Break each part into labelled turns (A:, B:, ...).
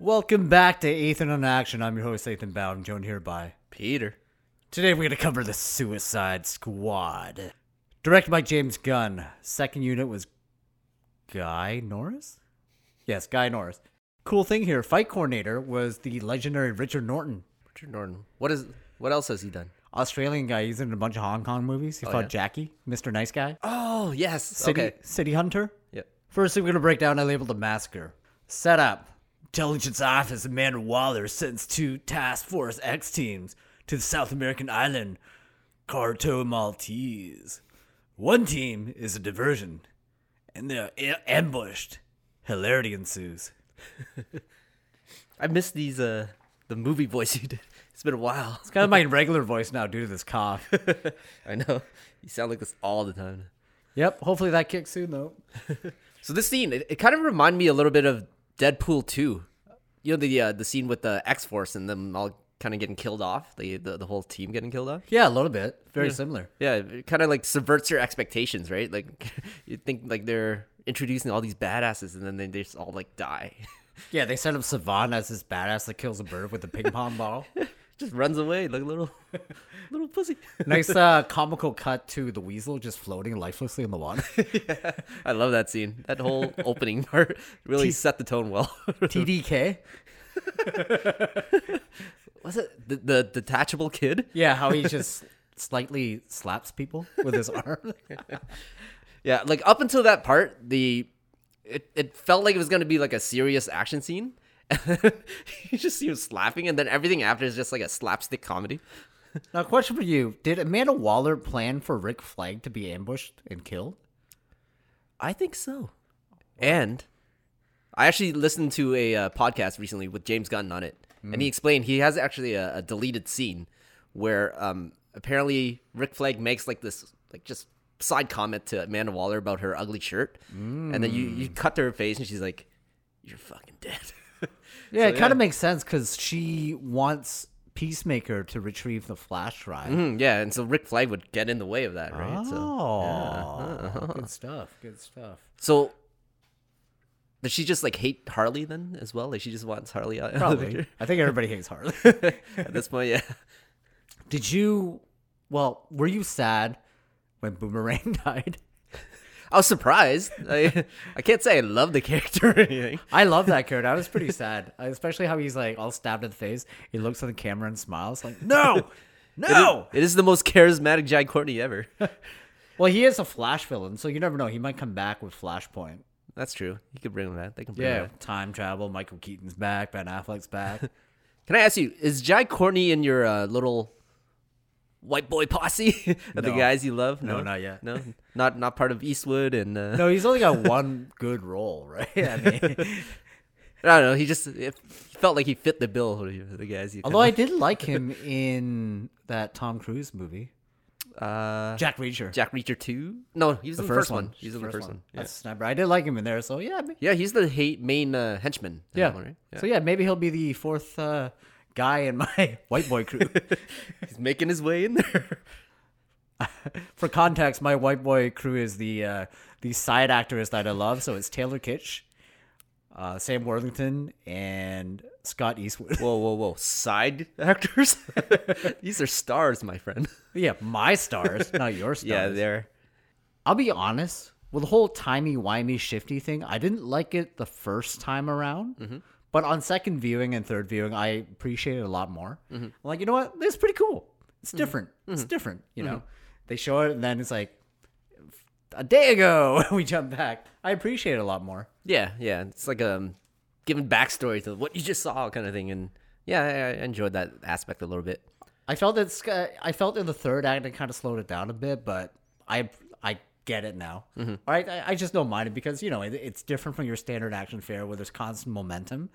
A: Welcome back to Ethan on Action. I'm your host, Ethan Bowden, joined here by.
B: Peter.
A: Today we're going to cover the Suicide Squad. Directed by James Gunn. Second unit was Guy Norris? Yes, Guy Norris. Cool thing here, fight coordinator was the legendary Richard Norton.
B: Richard Norton. What is what else has he done?
A: Australian guy. He's in a bunch of Hong Kong movies. He fought
B: Oh, yeah.
A: Jackie, Mr. Nice Guy,
B: Oh yes.
A: City,
B: Okay.
A: City Hunter.
B: Yep.
A: First thing we're gonna break down, I labeled the massacre. Set up. Intelligence Office Amanda Waller sends two Task Force X teams to the South American island, Carto Maltese. One team is a diversion, and they're a- ambushed. Hilarity ensues.
B: I missed these uh the movie voice you did. It's been a while.
A: It's kind of my regular voice now due to this cough.
B: I know. You sound like this all the time.
A: yep, hopefully that kicks soon though.
B: So this scene, it, it kind of reminded me a little bit of Deadpool 2. You know the uh, the scene with the X Force and them all kind of getting killed off. The, the the whole team getting killed off.
A: Yeah, a little bit. Very similar.
B: Yeah, it kind of like subverts your expectations, right? Like you think like they're introducing all these badasses and then they just all like die.
A: Yeah, they set up Savan as this badass that kills a bird with a ping pong ball.
B: just runs away like a little little pussy.
A: Nice uh, comical cut to the weasel just floating lifelessly in the water.
B: I love that scene. That whole opening part really set the tone well.
A: TDK.
B: Was it the, the detachable kid?
A: Yeah, how he just slightly slaps people with his arm.
B: Yeah, like up until that part, the it, it felt like it was gonna be like a serious action scene. you just see him slapping, and then everything after is just like a slapstick comedy.
A: now, question for you: Did Amanda Waller plan for Rick Flag to be ambushed and killed?
B: I think so. And I actually listened to a uh, podcast recently with James Gunn on it, and he explained he has actually a, a deleted scene where um, apparently Rick Flag makes like this like just side comment to Amanda Waller about her ugly shirt, and then you you cut to her face and she's like, "You're fucking dead."
A: Yeah, it
B: So,
A: kind of makes sense because she wants Peacemaker to retrieve the flash drive.
B: Mm, yeah, and so Rick Flag would get in the way of that, right? So,
A: Mm-hmm. Oh, good stuff. Good stuff.
B: so does she just like hate Harley then as well? Like she just wants Harley out. out of the
A: Probably.
B: picture?
A: I think everybody hates Harley.
B: at this point, yeah.
A: Did you? Well, were you sad when Boomerang died?
B: I was surprised. I, I can't say I love the character or anything.
A: I love that character. I was pretty sad, especially how he's like all stabbed in the face. He looks at the camera and smiles, like no, no.
B: It is the most charismatic Jai Courtney ever.
A: Well, he is a Flash villain, so you never know. He might come back with Flashpoint.
B: That's true. You could bring him back. They can bring him
A: Yeah,
B: back.
A: time travel. Michael Keaton's back. Ben Affleck's back.
B: Can I ask you, is Jai Courtney in your uh, little white boy posse of the
A: No.
B: guys you love?
A: No, not yet.
B: No, not not part of Eastwood and uh,
A: no, he's only got one good role, right? I mean,
B: I don't know. He just it felt like he fit the bill. of The guys. You
A: although I did like him in that Tom Cruise movie,
B: uh,
A: Jack Reacher.
B: Jack Reacher two. No, he was in the first one. He's in the first one. Yeah.
A: That's Sniper. I did like him in there, so yeah, ma-
B: yeah, he's the hate main uh, henchman. in
A: yeah.
B: that one, right?
A: So yeah, maybe he'll be the fourth uh, guy in my white boy crew.
B: he's making his way in there.
A: For context, my white boy crew is the uh, the side actors that I love. So it's Taylor Kitsch, uh, Sam Worthington, and Scott Eastwood.
B: Whoa, whoa, whoa. Side actors? These are stars, my friend.
A: yeah, my stars, not your stars.
B: they're.
A: I'll be honest. Well, the whole timey wimey shifty thing, I didn't like it the first time around. But on second viewing and third viewing, I appreciate it a lot more. I'm like, you know what? This is pretty cool. It's different. It's different. You know, they show it and then it's like a day ago we jump back. I appreciate it a lot more.
B: Yeah, yeah. It's like um, giving backstory to what you just saw, kind of thing. And yeah, I, I enjoyed that aspect a little bit.
A: I felt it's. uh, I felt in the third act it kind of slowed it down a bit, but I I get it now. All right, I, I just don't mind it because you know it, it's different from your standard action fare where there's constant momentum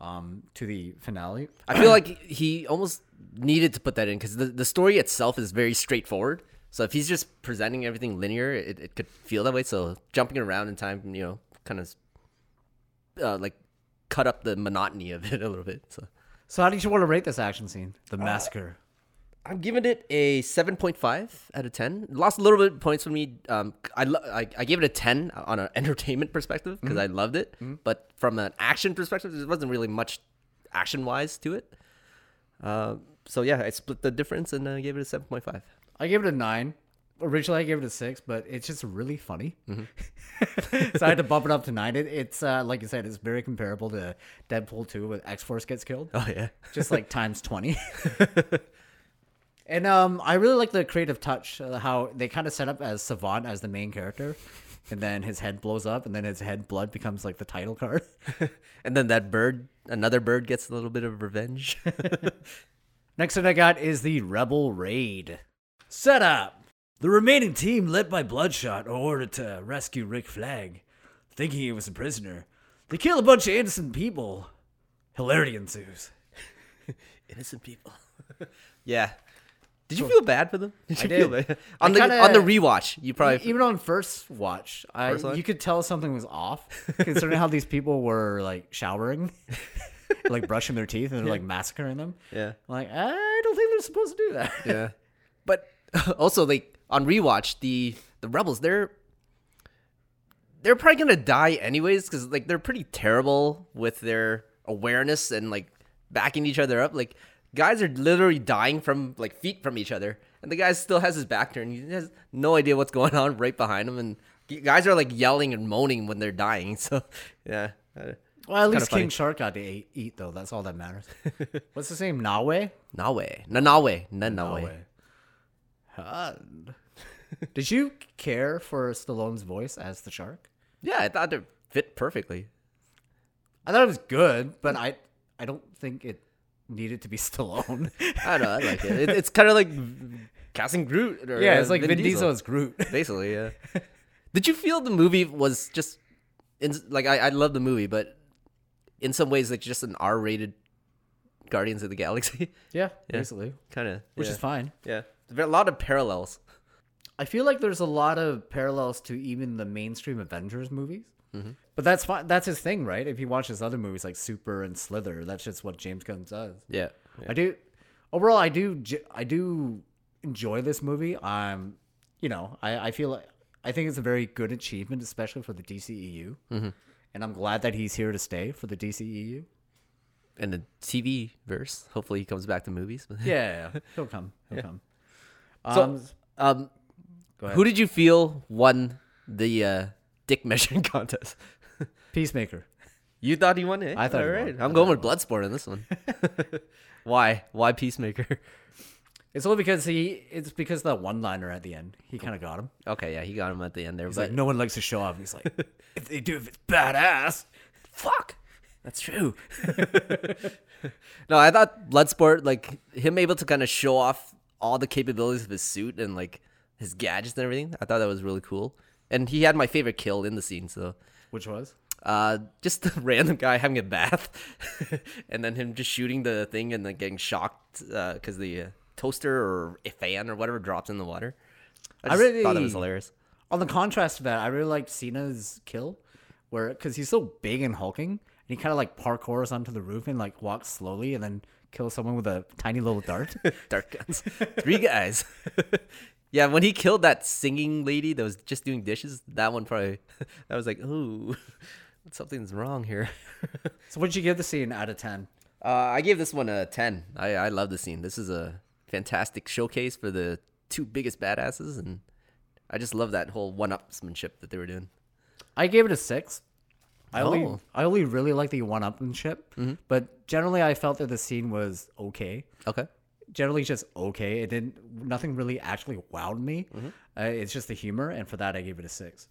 A: um, to the finale.
B: I feel like he almost needed to put that in because the, the story itself is very straightforward. So if he's just presenting everything linear, it, it could feel that way. So jumping around in time, you know, kind of uh, like cut up the monotony of it a little bit. So
A: So how did you want to rate this action scene, the massacre?
B: I'm giving it a 7.5 out of 10. Lost a little bit of points from me. Um, I, lo- I I gave it a 10 on an entertainment perspective because I
A: Mm-hmm.
B: loved it, but from an action perspective, there wasn't really much action wise to it. Uh, so yeah, I split the difference and uh, gave it a 7.5.
A: I gave it a nine. Originally, I gave it a six, but it's just really funny. so I had to bump it up to nine. It, it's uh, like you said, it's very comparable to Deadpool two, when X Force gets killed,
B: Oh yeah,
A: just like times twenty. and um, I really like the creative touch, uh, how they kind of set up as Savant as the main character, and then his head blows up, and then his head blood becomes like the title card.
B: and then that bird, another bird gets a little bit of revenge.
A: Next one I got is the Rebel Raid. Setup! The remaining team, led by Bloodshot, are ordered to rescue Rick Flag, thinking he was a prisoner. They kill a bunch of innocent people. Hilarity ensues.
B: Innocent people. yeah. Did you feel bad for them? Did
A: I
B: you feel
A: did.
B: bad? on the
A: kinda-
B: on the rewatch? You probably
A: E-, Even on first watch, I,
B: First watch?
A: you could tell something was off, considering how these people were like showering, like brushing their teeth, and they're like massacring them.
B: yeah.
A: Like I don't think they're supposed to do that.
B: Yeah. But also like on rewatch, the the rebels they're they're probably gonna die anyways because like they're pretty terrible with their awareness and like backing each other up. Like guys are literally dying from like feet from each other, and the guy still has his back turned. He has no idea what's going on right behind him, and g- guys are like yelling and moaning when they're dying. So yeah, uh,
A: Well, at least
B: funny.
A: King Shark got to eat, eat though. That's all that matters. What's his name? Nawe.
B: Nawe, Nanawe, Nanawe.
A: Hun. Did you care for Stallone's voice as the shark?
B: Yeah, I thought it fit perfectly.
A: I thought it was good, but I I don't think it needed to be Stallone.
B: I don't know. I like it. it it's kind of like casting Groot. Or,
A: yeah,
B: uh,
A: it's like Vin, Diesel. as Groot.
B: Basically, yeah. Did you feel the movie was just in, like I, I love the movie, but in some ways, like just an R-rated Guardians of the Galaxy,
A: yeah, basically,
B: kind of,
A: which
B: yeah.
A: is fine.
B: Yeah, there are a lot of parallels.
A: I feel like there's a lot of parallels to even the mainstream Avengers movies.
B: Mm-hmm.
A: But that's fine. That's his thing, right? If you watch his other movies like Super and Slither, that's just what James Gunn does.
B: Yeah,
A: I do. Overall, I do. j- I do enjoy this movie. Um, you know, I, I feel like I think it's a very good achievement, especially for the DCEU. Mm-hmm. And I'm glad that he's here to stay for the E DCEU.
B: and the TV verse. Hopefully, he comes back to movies.
A: Yeah, he'll come. He'll come.
B: So,
A: Um,
B: um,
A: ahead.
B: who did you feel won the uh, dick measuring contest?
A: Peacemaker.
B: You thought he won it.
A: I thought he won. I
B: I'm going with Bloodsport on this one. Why? Why Peacemaker?
A: It's only because he. It's because that one liner at the end. He kind of got him.
B: Okay, yeah, he got him at the end there.
A: He's
B: but
A: like, no one likes to show off. He's like, if they do, if it's badass.
B: fuck, that's true. no, I thought Bloodsport, like him able to kind of show off all the capabilities of his suit and like his gadgets and everything. I thought that was really cool. And he had my favorite kill in the scene. So,
A: Which was.
B: uh, just the random guy having a bath, and then him just shooting the thing and then getting shocked because the uh, toaster or a fan or whatever drops in the water. I,
A: I
B: just thought that
A: really-
B: was hilarious.
A: on the contrast to that, I really liked Cena's kill, where because he's so big and hulking, and he kind of like parkours onto the roof and like walks slowly and then kills someone with a tiny little dart.
B: Dark guns, three guys. yeah, when he killed that singing lady that was just doing dishes, that one probably. That was like, ooh, something's wrong here.
A: so, what'd you give the scene out of ten?
B: Uh, I gave this one a ten. I I love the scene. This is a fantastic showcase for the two biggest badasses, and I just love that whole one-upsmanship that they were doing.
A: I gave it a six. I only
B: Oh.
A: I only really like the one upmanship, but generally I felt that the scene was okay.
B: Okay.
A: Generally, just okay. It didn't nothing really actually wowed me. Uh, it's just the humor, and for that I gave it a six.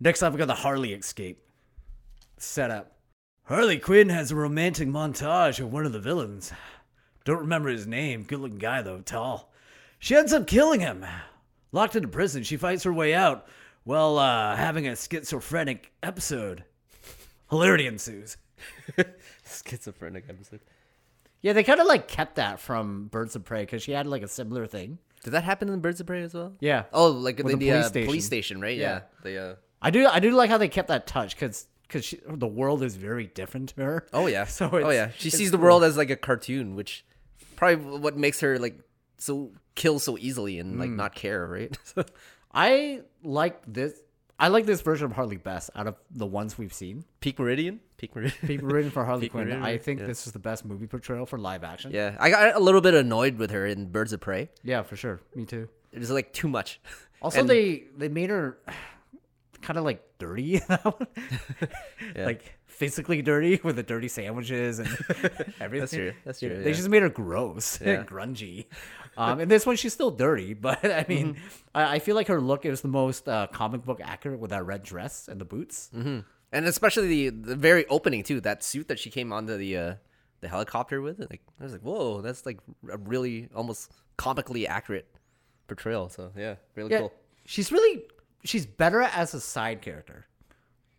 A: Next up, we got the Harley escape. setup. Harley Quinn has a romantic montage of one of the villains. Don't remember his name. Good looking guy, though, tall. She ends up killing him. Locked into prison, she fights her way out while uh, having a schizophrenic episode. Hilarity ensues.
B: Schizophrenic episode.
A: Yeah, they kind of like kept that from Birds of Prey because she had like a similar thing.
B: Did that happen in Birds of Prey as well?
A: Yeah.
B: Oh, like the,
A: the
B: the, uh, police,
A: police
B: station.
A: station.
B: right? Yeah.
A: Yeah.
B: The uh,
A: I do I do like how they kept that touch because because the world is very different to her.
B: oh yeah.
A: So
B: oh
A: it's-
B: yeah. She
A: it's
B: sees the world as like a cartoon, which probably what makes her like so kill so easily and
A: Hmm.
B: like not care, right?
A: I like this. I like this version of Harley best out of the ones we've seen.
B: Peak Meridian, Peak Meridian.
A: People written for Harley
B: Peak
A: Quinn.
B: Meridian,
A: I think
B: yeah.
A: this is the best movie portrayal for live action. Yeah,
B: yeah, I got a little bit annoyed with her in Birds of Prey.
A: for sure. Me too.
B: It was like too much.
A: Also,
B: And-
A: they they made her kind of like dirty, in that one. like physically dirty with the dirty sandwiches and everything.
B: true. That's
A: Yeah,
B: true,
A: They
B: yeah.
A: just made her gross
B: Yeah.
A: and grungy. Um, in this one, she's still dirty, but I mean,
B: Mm-hmm.
A: I, I feel like her look is the most uh, comic book accurate with that red dress and the boots.
B: Mm-hmm. and especially the the very opening too. That suit that she came onto the uh, the helicopter with, like I was like, whoa, that's like a really almost comically accurate portrayal. So yeah, really
A: Yeah,
B: cool.
A: she's really she's better as a side character.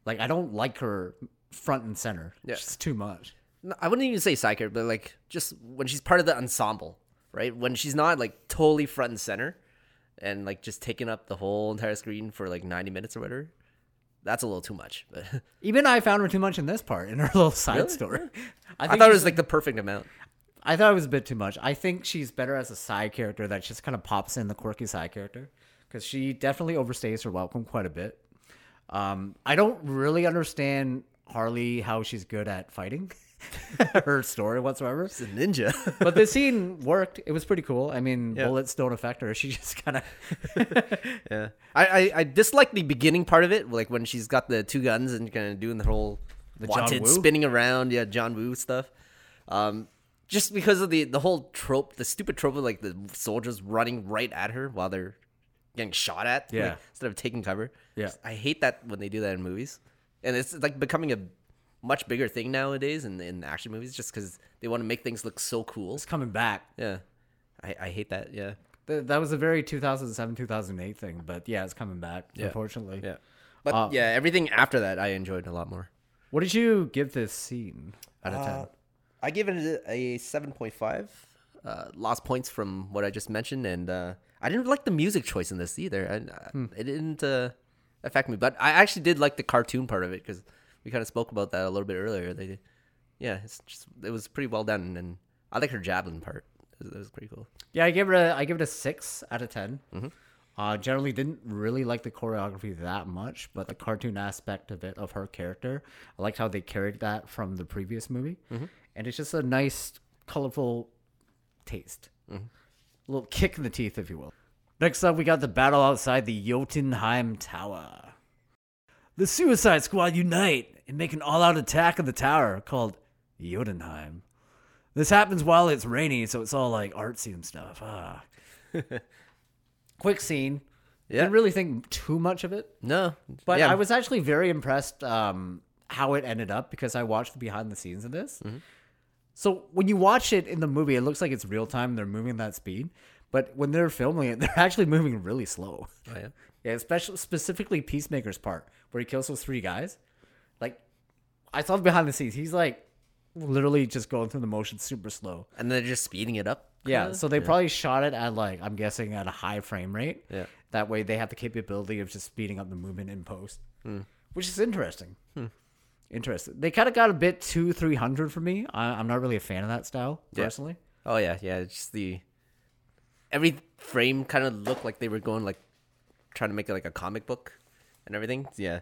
A: Like I don't like her front and center.
B: Yeah.
A: She's too much.
B: No, I wouldn't even say side character, but like just when she's part of the ensemble, right? When she's not like totally front and center, and like just taking up the whole entire screen for like ninety minutes or whatever. That's a little too much, but
A: Even I found her too much in this part in her little side story.
B: I,
A: think
B: thought it
A: she's-
B: was like the perfect amount.
A: I thought it was a bit too much. I think she's better as a side character that just kind of pops in the quirky side character because she definitely overstays her welcome quite a bit. Um, I don't really understand Harley how she's good at fighting her story whatsoever.
B: It's a ninja.
A: but the scene worked. It was pretty cool. I mean, bullets don't affect her. She just kind of
B: yeah, I, I I dislike the beginning part of it, like when she's got the two guns and kind of doing the whole
A: The John
B: wanted
A: Woo?
B: spinning around, yeah, John Woo stuff. Um, just because of the the whole trope, the stupid trope of like the soldiers running right at her while they're getting shot at, like,
A: Yeah.
B: instead of taking cover.
A: Yeah.
B: Just- I hate that when they do that in movies, and it's like becoming a much bigger thing nowadays in, in action movies, just because they want to make things look so cool.
A: it's coming back.
B: Yeah, I, I hate that. Yeah,
A: Th- That was a very 2007 2008 thing, but yeah, it's coming back. Unfortunately,
B: But
A: Uh,
B: yeah, everything after that I enjoyed a lot more.
A: What did you give this scene out of ten?
B: I give it a, a 7.5. Uh, lost points from what I just mentioned, and uh, I didn't like the music choice in this either. And uh, it didn't uh, affect me, but I actually did like the cartoon part of it because we kind of spoke about that a little bit earlier. They, yeah, it's just it was pretty well done, and I like her javelin part. That was pretty cool.
A: yeah, I give it a I give it a six out of 10 Uh, generally, didn't really like the choreography that much, but the cartoon aspect of it of her character, I liked how they carried that from the previous movie, and it's just a nice, colorful taste. A little kick in the teeth, if you will. Next up, we got the battle outside the Jotunheim Tower. The Suicide Squad unite and make an all out attack of the tower called Jotunheim. This happens while it's rainy, so it's all like artsy and stuff. Ah. Quick scene.
B: Yeah.
A: Didn't really think too much of it,
B: No,
A: but
B: yeah,
A: I was actually very impressed um, how it ended up because I watched the behind the scenes of this.
B: Mm-hmm.
A: So when you watch it in the movie, it looks like it's real time. They're moving that speed, but when they're filming it, they're actually moving really slow.
B: oh, yeah.
A: Yeah, especially specifically Peacemaker's part where he kills those three guys. Like, I saw the behind the scenes. He's like literally just going through the motions super slow.
B: and they're just speeding it up.
A: Yeah,
B: kinda?
A: so they probably shot it at like I'm guessing at a high frame rate.
B: Yeah.
A: That way they have the capability of just speeding up the movement in post,
B: Hmm.
A: which is interesting. Interesting. They kind of got a bit too 300 for me. I, I'm not really a fan of that style personally.
B: Oh yeah, yeah. It's just the every frame kind of looked like they were going like trying to make it like a comic book and everything. Yeah,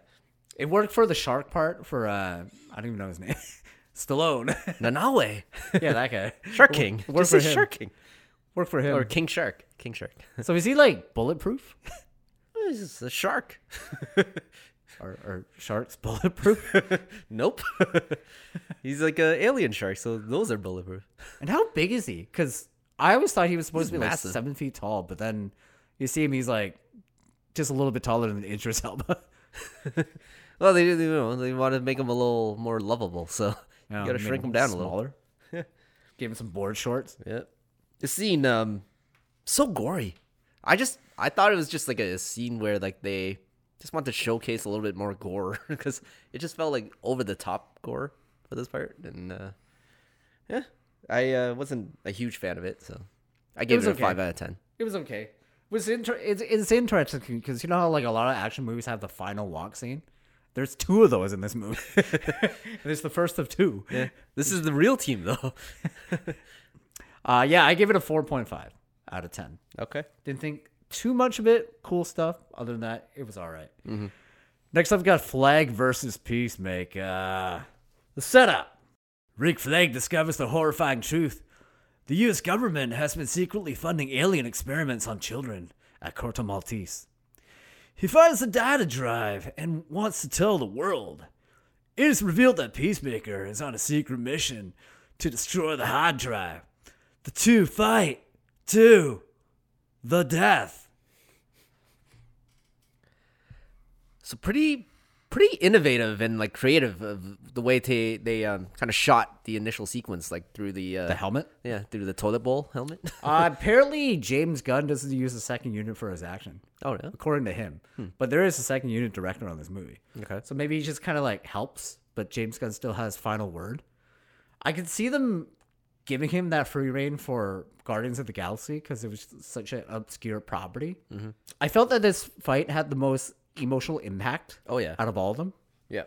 A: It worked for the shark part for uh I don't even know his name, Stallone.
B: Nanawe,
A: yeah, that guy.
B: Shark King.
A: Work
B: Just
A: for
B: say
A: him.
B: Shark King
A: Worked for him.
B: or King Shark. King Shark.
A: So is he like bulletproof?
B: Oh, This is a shark.
A: Or, or sharks bulletproof?
B: nope. He's like a alien shark, so those are bulletproof.
A: and how big is he? Because I always thought he was supposed
B: He's
A: to be
B: massive.
A: like seven feet tall, but then you see him, he's like just a little bit taller than Idris Elba.
B: Well, they you know, they want to make him a little more lovable, so you gotta
A: made
B: shrink him down a little.
A: smaller. Give him some board shorts.
B: Yeah. The scene, um, so gory. I just, I thought it was just like a scene where like they just want to showcase a little bit more gore because it just felt like over the top gore for this part. And, uh, yeah, I, uh, wasn't a huge fan of it. So I gave
A: was
B: it, a
A: okay.
B: five out of 10.
A: It was okay. It was inter- it's, it's interesting because you know how like a lot of action movies have the final walk scene. There's two of those in this movie. And it's the first of two.
B: This is the real team though.
A: Uh, yeah, I give it a 4.5 out of 10.
B: Okay.
A: Didn't think too much of it. Cool stuff. Other than that, it was all right. Next up, we got Flag versus Peacemaker. The setup Rick Flag discovers the horrifying truth. The U.S. government has been secretly funding alien experiments on children at Corto Maltese. He finds the data drive and wants to tell the world. It is revealed that Peacemaker is on a secret mission to destroy the hard drive. The two fight to the death.
B: So pretty, pretty innovative and like creative of the way they they um, kind of shot the initial sequence, like through the uh,
A: helmet?
B: yeah through the toilet bowl helmet.
A: Uh, apparently, James Gunn doesn't use the second unit for his action,
B: oh yeah.
A: according to him. But there is a second unit director on this movie.
B: Hmm. Okay.
A: So maybe he just kind of like helps, but James Gunn still has final word. I could see them giving him that free reign for Guardians of the Galaxy because it was such an obscure property.
B: Mm-hmm.
A: I felt that this fight had the most emotional impact
B: Oh yeah.
A: out of all of them.
B: Yeah.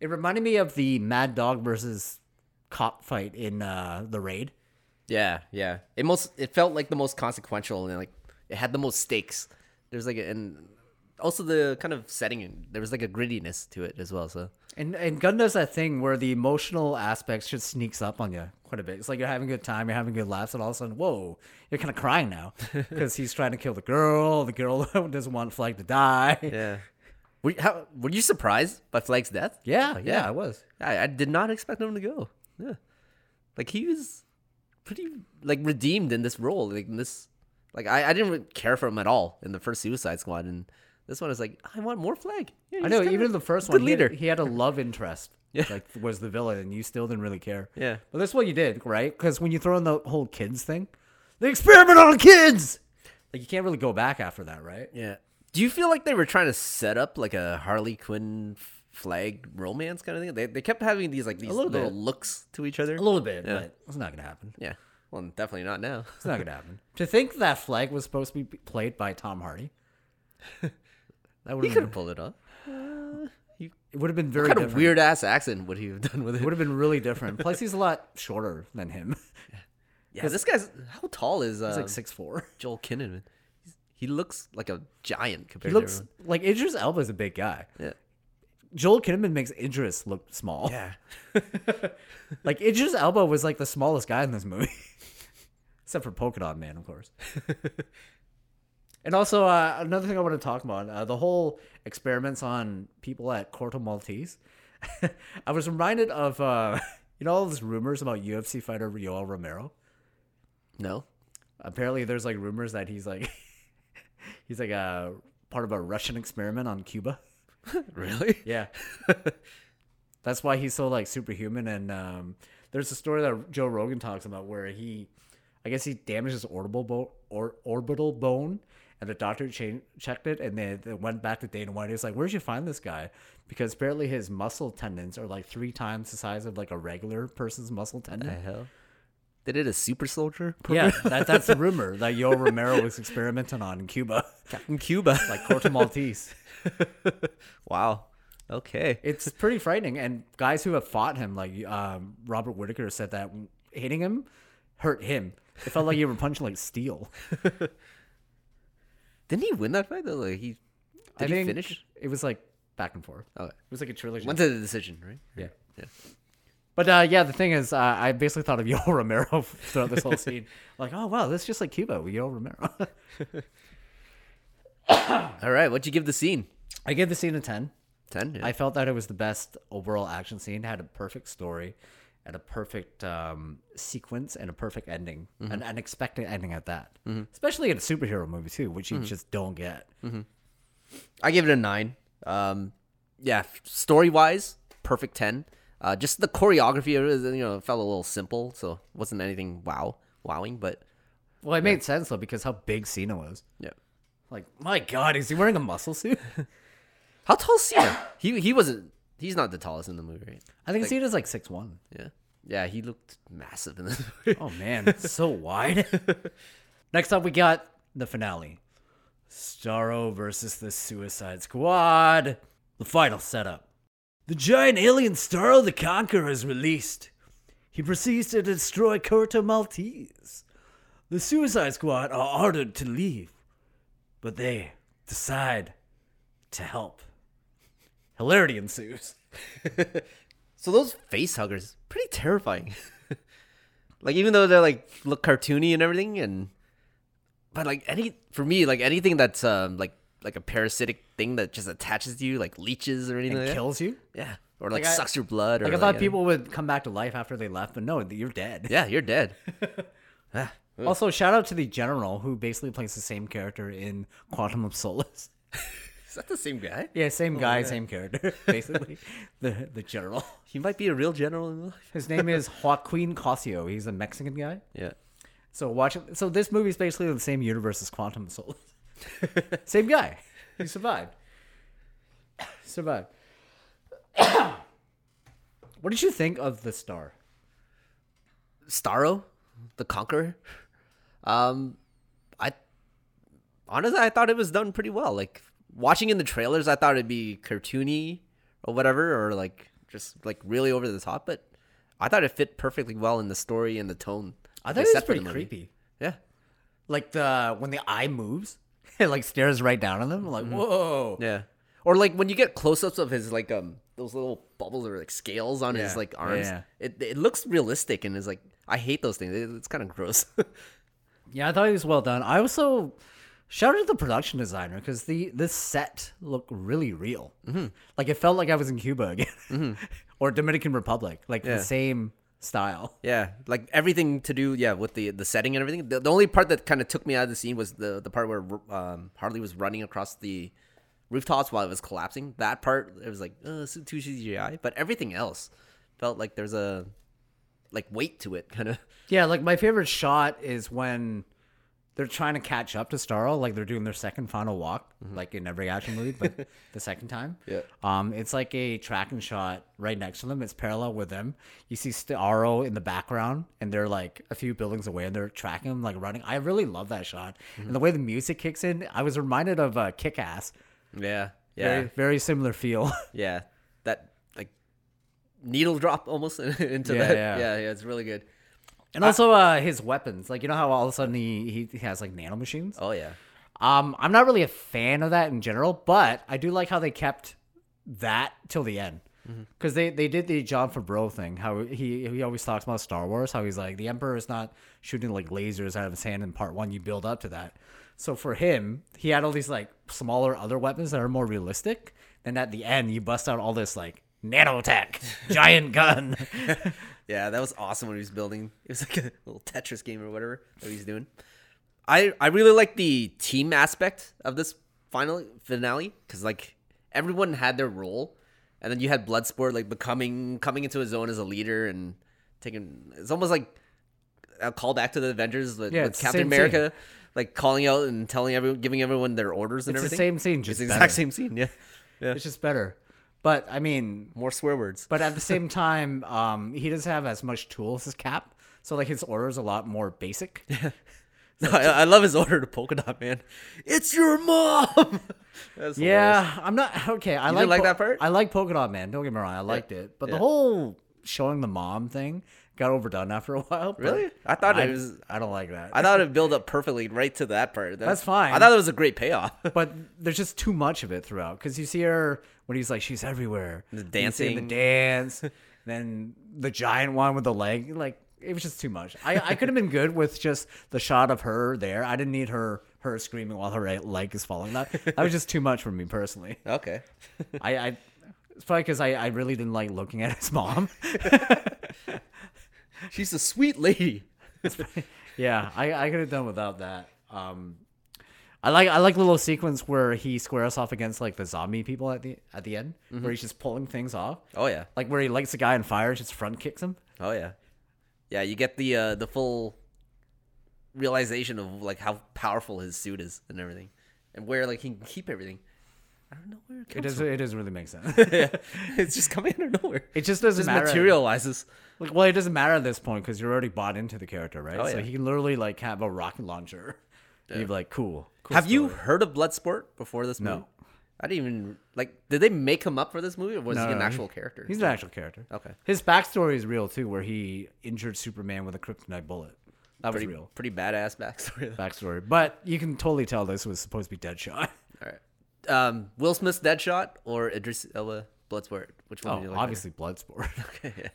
A: It reminded me of the Mad Dog versus cop fight in uh, The Raid.
B: Yeah. Yeah. It most it felt like the most consequential and like it had the most stakes. There's like a, and also the kind of setting. There was like a grittiness to it as well. So
A: And and Gun does that thing where the emotional aspects just sneaks up on you quite a bit. It's like you're having a good time, you're having good laughs, and all of a sudden, whoa, you're kind of crying now because he's trying to kill the girl. The girl doesn't want Flag to die. Yeah,
B: yeah. Were you, how, were you surprised by Flag's death?
A: yeah,
B: Yeah.
A: I was.
B: I, I did not expect him to go. Yeah, like he was pretty like redeemed in this role. Like in this, like I, I didn't really care for him at all in the first Suicide Squad, and this one is like I want more Flag. Yeah,
A: I
B: he's
A: know.
B: kinda
A: Even in the first
B: good
A: one,
B: leader.
A: He, had, he had a love interest.
B: Yeah.
A: like was the villain, and you still didn't really care.
B: yeah,
A: Well, that's what you did, right? Because when you throw in the whole kids thing, the experiment on kids, like you can't really go back after that, right?
B: yeah. Do you feel like they were trying to set up like a Harley Quinn f- Flag romance kind of thing? They they kept having these like these
A: little
B: little,
A: bit.
B: looks to each other.
A: A little bit, but it's not gonna happen.
B: yeah. Well, definitely not now.
A: It's not gonna happen. to think that flag was supposed to be played by Tom Hardy, that would
B: He
A: have
B: could
A: been,
B: have pulled it off.
A: it would have been very
B: What kind
A: different.
B: of weird ass accent would he have done with it?
A: It would have been really different. Plus, he's a lot shorter than him.
B: Yeah, this guy's how tall is uh,
A: He's like six four.
B: Joel Kinnaman. He's- He looks like a giant
A: He
B: compared
A: looks
B: to
A: like Idris Elba's a big guy.
B: everyone.
A: Joel Kinnaman makes Idris look small.
B: Yeah.
A: Like Idris Elba was like the smallest guy in this movie, except for Polka Dot Man, of course. and also uh, another thing I want to talk about uh, the whole experiments on people at Corto Maltese. I was reminded of uh, you know all those rumors about UFC fighter Yoel Romero.
B: No.
A: Apparently, there's like rumors that he's like he's like a part of a Russian experiment on Cuba.
B: Really?
A: Yeah. That's why he's so like superhuman and um there's a story that Joe Rogan talks about where he I guess he damaged his orbital bone or orbital bone and the doctor cha- checked it and they, they went back to Dana White. He was like, Where'd you find this guy? Because apparently his muscle tendons are like three times the size of like a regular person's muscle tendon.
B: The hell? They did a super soldier
A: yeah, that, that's the rumor that Yo Romero was experimenting on in Cuba,
B: in Cuba.
A: like Corto Maltese.
B: wow. Okay.
A: it's pretty frightening. And guys who have fought him, like um, Robert Whitaker, said that hitting him hurt him. It felt like you were punching like steel.
B: Didn't he win that fight though? Like he did he
A: think
B: finish? Oh,
A: It was like back and forth.
B: Okay.
A: It was like a trilogy.
B: Went to the decision, right?
A: yeah.
B: Yeah.
A: But uh, yeah, the thing is, uh, I basically thought of Yo Romero throughout this whole scene. Like, oh wow, that's just like Cuba with Yo Romero.
B: All right. What'd you give the scene?
A: I gave the scene a ten.
B: Ten. Yeah.
A: I felt that it was the best overall action scene. Had a perfect story, and a perfect um, sequence, and a perfect ending, an unexpected ending at that. Especially in a superhero movie too, which you just don't get.
B: I gave it a nine. Um, yeah, story wise, perfect ten. Uh, just the choreography, of it, you know, felt a little simple, so wasn't anything wow, wowing. But
A: Well, it made sense though because how big Cena was.
B: yeah,
A: Like, my God, is he wearing a muscle suit?
B: how tall is Cena? he he wasn't. He's not the tallest in the movie, right?
A: I think Cena's like six one.
B: Yeah, yeah. He looked massive in this. Movie.
A: Oh man, it's so wide. Next up, we got the finale: Starro versus the Suicide Squad. The final setup: the giant alien Starro the Conqueror is released. He proceeds to destroy Corto Maltese,
C: The Suicide Squad are ordered to leave, but they decide to help. Hilarity ensues.
B: So those face huggers, pretty terrifying. like even though they're like look cartoony and everything, and but like any for me, like anything that's um like like a parasitic thing that just attaches to you, like leeches or anything,
A: It
B: like
A: kills you.
B: that. yeah, or like,
A: Like, I-
B: sucks your blood. Or
A: Like I thought
B: yeah.
A: people would come back to life after they left, but no, you're dead.
B: yeah, you're dead.
A: Also, shout out to the general who basically plays the same character in Quantum of Solace.
B: Is that the same guy?
A: Yeah, same guy, same character, basically. the the general.
B: He might be a real general in life.
A: His name is Joaquin Cosio. He's a Mexican guy.
B: Yeah.
A: So watch. it- So this movie's basically in the same universe as Quantum of Solace. same guy. He survived. survived. what did you think of the star?
B: Starro, the Conqueror. Um, I honestly I thought it was done pretty well. Like watching in the trailers, I thought it'd be cartoony or whatever, or like just like really over the top. But I thought it fit perfectly well in the story and the tone.
A: I
B: they
A: thought it
B: set
A: was
B: for
A: pretty
B: the movie.
A: creepy.
B: Yeah,
A: Like the when the eye moves, it like stares right down on them. Like
B: Mm-hmm.
A: whoa.
B: yeah. Or like when you get close-ups of his like um those little bubbles or like scales on his
A: Yeah,
B: like arms,
A: yeah.
B: it it looks realistic and is like I hate those things. It- it's kind of gross.
A: Yeah, I thought it was well done. I also shouted at the production designer because the this set looked really real. Mm-hmm. Like it felt like I was in Cuba again or Dominican Republic. Like
B: Yeah.
A: the same style.
B: Yeah, like everything to do, yeah, with the the setting and everything. The, the only part that kind of took me out of the scene was the the part where um, Harley was running across the rooftops while it was collapsing. That part, it was like uh, it's too CGI, but everything else felt like there's a like weight to it, kind of.
A: Yeah, like my favorite shot is when they're trying to catch up to Starro, like they're doing their second final walk, like in every action movie, but the second time.
B: Mm-hmm. Yeah.
A: Um, it's like a tracking shot right next to them. It's parallel with them. You see Starro in the background, and they're like a few buildings away, and they're tracking him, like running. I really love that shot, and the
B: Mm-hmm.
A: way the music kicks in, I was reminded of uh, Kick Ass.
B: Yeah, yeah,
A: Very, very similar feel.
B: yeah. That like needle drop almost into
A: Yeah,
B: that.
A: yeah.
B: yeah, yeah. It's really good.
A: and also uh, his weapons, like you know how all of a sudden he he has like nano machines.
B: Oh yeah.
A: Um, I'm not really a fan of that in general, but I do like how they kept that till the end.
B: Mm-hmm.
A: Because they, they did the John Favreau thing, how he he always talks about Star Wars, how he's like the Emperor is not shooting like lasers out of his hand in part one. You build up to that. So for him, he had all these like smaller other weapons that are more realistic. Then at the end, you bust out all this like nanotech, giant gun.
B: Yeah, that was awesome when he was building. It was like a little Tetris game or whatever that he was doing. I I really like the team aspect of this final finale because like everyone had their role, and then you had Bloodsport like becoming coming into his own as a leader and taking. It's almost like a callback to the Avengers with,
A: Yeah,
B: with
A: it's the
B: Captain
A: same
B: America, like calling out and telling everyone, giving everyone their orders and
A: It's the same
B: everything.
A: scene,
B: it's
A: just
B: the
A: better.
B: exact same scene. Yeah, yeah.
A: It's just better. But I mean,
B: More swear words.
A: But at the same time, um, he doesn't have as much tools as Cap. So like his order is a lot more basic.
B: No, I, I love his order to polka dot man. It's your mom. That's hilarious.
A: yeah, I'm not okay. I like,
B: didn't like that part?
A: I like Polka Dot Man. Don't get me wrong, I liked it. But
B: Yeah.
A: the whole showing the mom thing got overdone after a while. but
B: Really? I thought
A: I,
B: it was.
A: I don't like that.
B: I thought it built up perfectly right to that part. That-
A: That's fine.
B: I thought it was a great payoff.
A: but there's just too much of it throughout because you see her when he's like she's everywhere the
B: dancing.
A: the dance then the giant one with the leg like it was just too much i, I could have been good with just the shot of her there i didn't need her her screaming while her leg is falling that, that was just too much for me personally
B: okay.
A: i, I it's probably because I, I really didn't like looking at his mom
B: She's a sweet lady.
A: yeah, I, I could have done without that. Um, I like I like the little sequence where he squares off against like the zombie people at the at the end, where he's just pulling things off,
B: Oh yeah.
A: like where he lights a guy on fire, just front kicks him.
B: Oh yeah. Yeah, you get the uh, the full realization of like how powerful his suit is and everything, and where like he can keep everything. I don't know where it
A: It
B: comes
A: doesn't it doesn't really make sense.
B: from. yeah. It's just coming out of nowhere.
A: It just doesn't
B: just
A: matter.
B: materializes.
A: Like, well, it doesn't matter at this point because you're already bought into the character, right?
B: Oh,
A: So
B: yeah.
A: he can literally like have a rocket launcher. And You'd be like, cool. cool
B: Have you
A: story.
B: heard of Bloodsport before this movie? I didn't even like. Did they make him up for this movie, or was
A: No,
B: he
A: no,
B: an
A: no,
B: actual character?
A: He's an actual character.
B: Okay.
A: His backstory is real too, where he injured Superman with a kryptonite bullet.
B: That
A: was
B: pretty,
A: real.
B: Pretty badass backstory.
A: backstory. But you can totally tell this was supposed to be Deadshot.
B: All right. Um, Will Smith's Deadshot or Idris Elba Bloodsport? Which one do you
A: Oh,
B: like?
A: obviously Bloodsport.
B: better?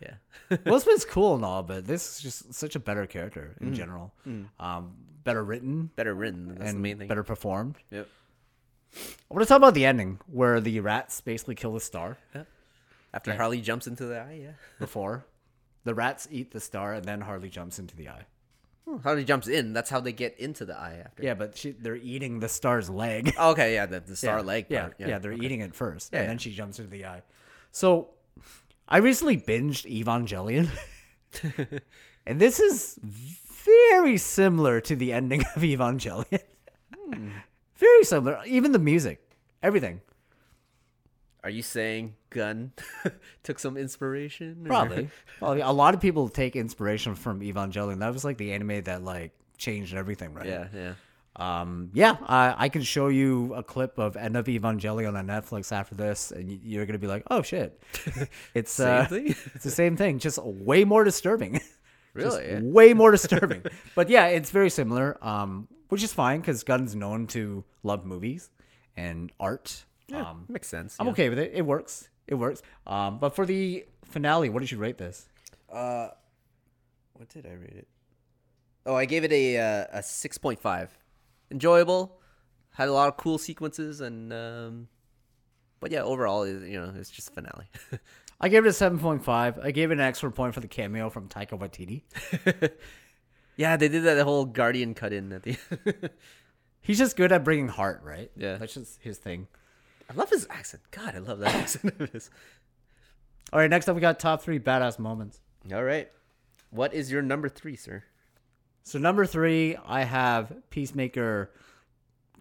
B: yeah.
A: Will Smith's cool and all, but this is just such a better character in general. Um, better written
B: better written. Mm. That's
A: and
B: the main thing.
A: better performed.
B: Yep.
A: I want to talk about the ending where the rats basically kill the star
B: After Harley jumps into the eye, yeah.
A: before. the rats eat the star and then Harley jumps into the eye.
B: Harley jumps in. That's how they get into the eye after.
A: Yeah, but she, they're eating the star's leg.
B: Oh, okay, yeah, the, the star leg
A: Yeah,
B: part.
A: yeah, they're eating it first,
B: Yeah,
A: and then she jumps into the eye. So, I recently binged Evangelion, and this is very similar to the ending of Evangelion.
B: Hmm.
A: Very similar, even the music, everything.
B: Are you saying Gun took some inspiration? or-
A: Probably, Probably. a lot of people take inspiration from Evangelion. That was like the anime that like changed everything, right?
B: yeah, yeah.
A: Um, yeah, I, I can show you a clip of End of Evangelion on Netflix after this, and y- you're gonna be like, "Oh shit!" It's uh,
B: thing?
A: it's the same thing, just way more disturbing. Just
B: Really? Yeah.
A: way more disturbing. but yeah, it's very similar, um, which is fine because Gunn's known to love movies and art. um,
B: Makes sense.
A: I'm okay with it. It works. It works. Um, but for the finale, what did you rate this?
B: Uh, What did I rate it? Oh, I gave it a uh, a six point five. Enjoyable. Had a lot of cool sequences and um, but yeah, overall, it- you know, it's just a finale.
A: I gave it a seven point five. I gave it an extra point for the cameo from Taika Waititi.
B: yeah, they did that whole Guardian cut in at the.
A: He's just good at bringing heart, right?
B: Yeah.
A: that's just his thing.
B: I love his accent. God, I love that accent of his.
A: All right, next up we got top three badass moments.
B: All right, what is your number three, sir?
A: So number three, I have Peacemaker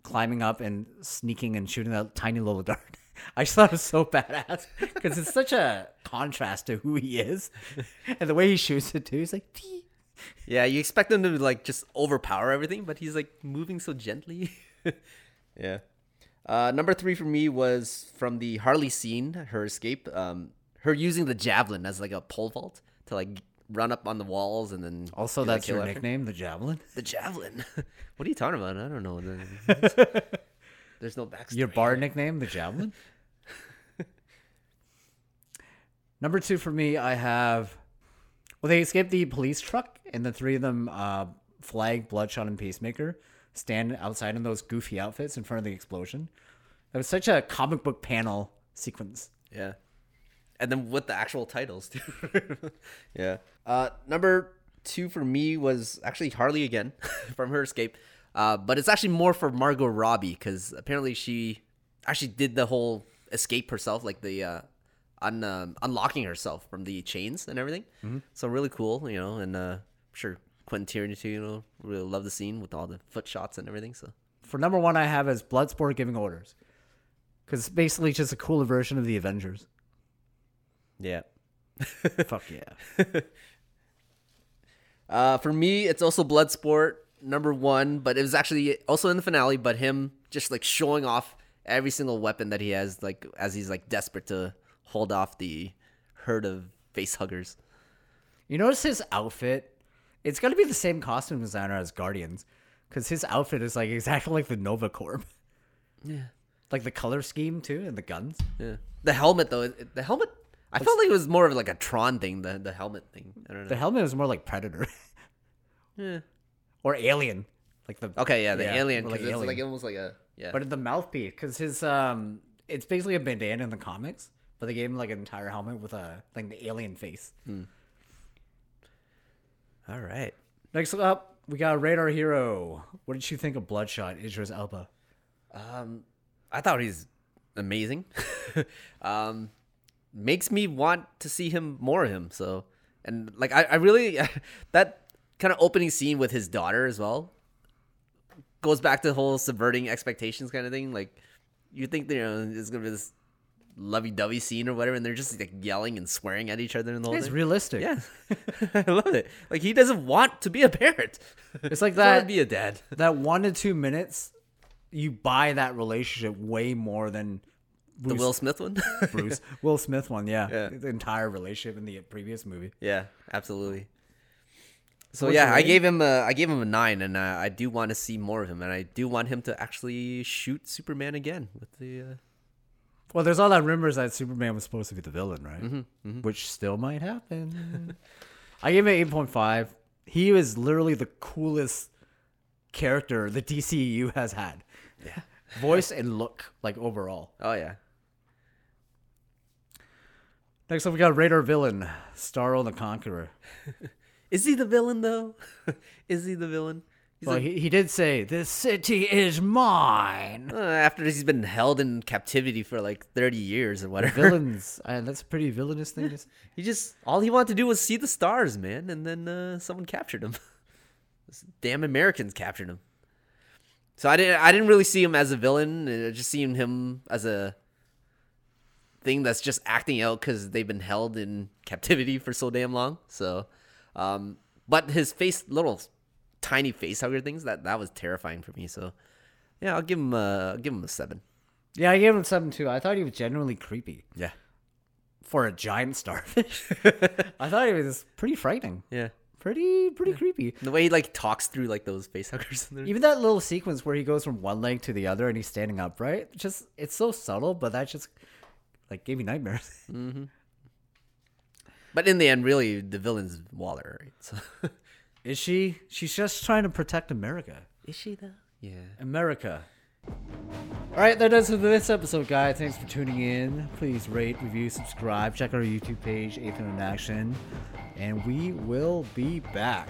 A: climbing up and sneaking and shooting that tiny little dart. I just thought it was so badass because it's such a contrast to who he is and the way he shoots it too. He's like, "Tee."
B: Yeah, you expect him to like just overpower everything, but he's like moving so gently. yeah. Uh, number three for me was from the Harley scene, her escape. Um, her using the javelin as like a pole vault to like run up on the walls and then
A: also
B: do the
A: that's
B: kill
A: your
B: after.
A: nickname, the Javelin.
B: The javelin. what are you talking about? I don't know. what that is. There's no backstory.
A: Your bar nickname, the Javelin. Number two for me, I have. Well, they escape the police truck, and the three of them, uh, Flag, Bloodshot, and Peacemaker, stand outside in those goofy outfits in front of the explosion. That was such a comic book panel sequence.
B: Yeah. And then with the actual titles too. yeah. Uh, number two for me was actually Harley again from her escape. Uh, but it's actually more for Margot Robbie because apparently she actually did the whole escape herself, like the uh, un- um, unlocking herself from the chains and everything. So really cool, you know. And uh, I'm sure Quentin Tarantino really loved the scene with all the foot shots and everything. So
A: For number one, I have is Bloodsport giving orders, because it's basically just a cooler version of the Avengers.
B: yeah.
A: Fuck yeah!
B: Uh, for me, it's also Bloodsport number one, but it was actually also in the finale. But him just like showing off every single weapon that he has, like as he's like desperate to hold off the herd of face huggers.
A: You notice his outfit? It's got to be the same costume designer as Guardians, because his outfit is like exactly like the Nova Corp.
B: Yeah.
A: Like the color scheme too, and the guns.
B: Yeah. The helmet though, it- the helmet. I felt like it was more of like a Tron thing, the the helmet thing. I don't know.
A: The helmet was more like Predator. Or Alien, like the
B: okay, yeah, the
A: Yeah,
B: alien,
A: more
B: 'cause
A: like
B: it's
A: alien.
B: like almost like a yeah.
A: but the mouthpiece, because his um, it's basically a bandana in the comics, but they gave him like an entire helmet with a like the alien face.
B: all right.
A: Next up, we got Radar Hero. What did you think of Bloodshot? Idris Elba.
B: Um, I thought he's amazing. um, makes me want to see him more of him. So, and like I, I really that kind of opening scene with his daughter as well goes back to the whole subverting expectations kind of thing. Like you think you know it's gonna be this lovey-dovey scene or whatever, and they're just like yelling and swearing at each other in the whole
A: It's
B: thing.
A: realistic.
B: yeah, I love it. Like he doesn't want to be a parent.
A: It's like
B: He doesn't wanna
A: that-
B: Be a dad.
A: that one to two minutes, you buy that relationship way more than
B: The
A: Bruce,
B: Will Smith one.
A: Bruce Will Smith one. Yeah.
B: Yeah.
A: the entire relationship in the previous movie.
B: Yeah, absolutely. So yeah, I gave him a I gave him a nine, and uh, I, I do want to see more of him, and I do want him to actually shoot Superman again with the. Uh,
A: Well, there's all that rumors that Superman was supposed to be the villain, right? Which still might happen. I gave him eight point five. He was literally the coolest character the DCU has had. Yeah. Voice and look, like overall.
B: oh yeah,
A: Next up, we got Radar Villain, Starro the Conqueror.
B: is he the villain though? is he the villain? He's
A: well,
B: like,
A: he, he did say, "This city is mine."
B: uh, after he's been held in captivity for like thirty years or whatever.
A: Villains, and that's a pretty villainous thing. to say.
B: He just all he wanted to do was see the stars, man, and then uh, someone captured him. Those damn Americans captured him. So I didn't I didn't really see him as a villain. I just seen him as a thing that's just acting out because they've been held in captivity for so damn long. So, um, but his face, little tiny face hugger things, that that was terrifying for me. So, yeah, I'll give him a I'll give him a seven.
A: Yeah, I gave him seven too. I thought he was genuinely creepy
B: Yeah,
A: for a giant starfish. I thought he was pretty frightening,
B: yeah.
A: pretty pretty creepy.
B: The way he like talks through like those face huggers.
A: Even that little sequence where he goes from one leg to the other and he's standing upright, just it's so subtle, but that just like gave me nightmares.
B: But in the end, really, the villain's Waller, right? So.
A: is she? She's just trying to protect America.
B: Is she though? Yeah.
A: America. All right, that does it for this episode, guys. Thanks for tuning in. Please rate, review, subscribe. Check out our YouTube page, Ethan in Action. And we will be back.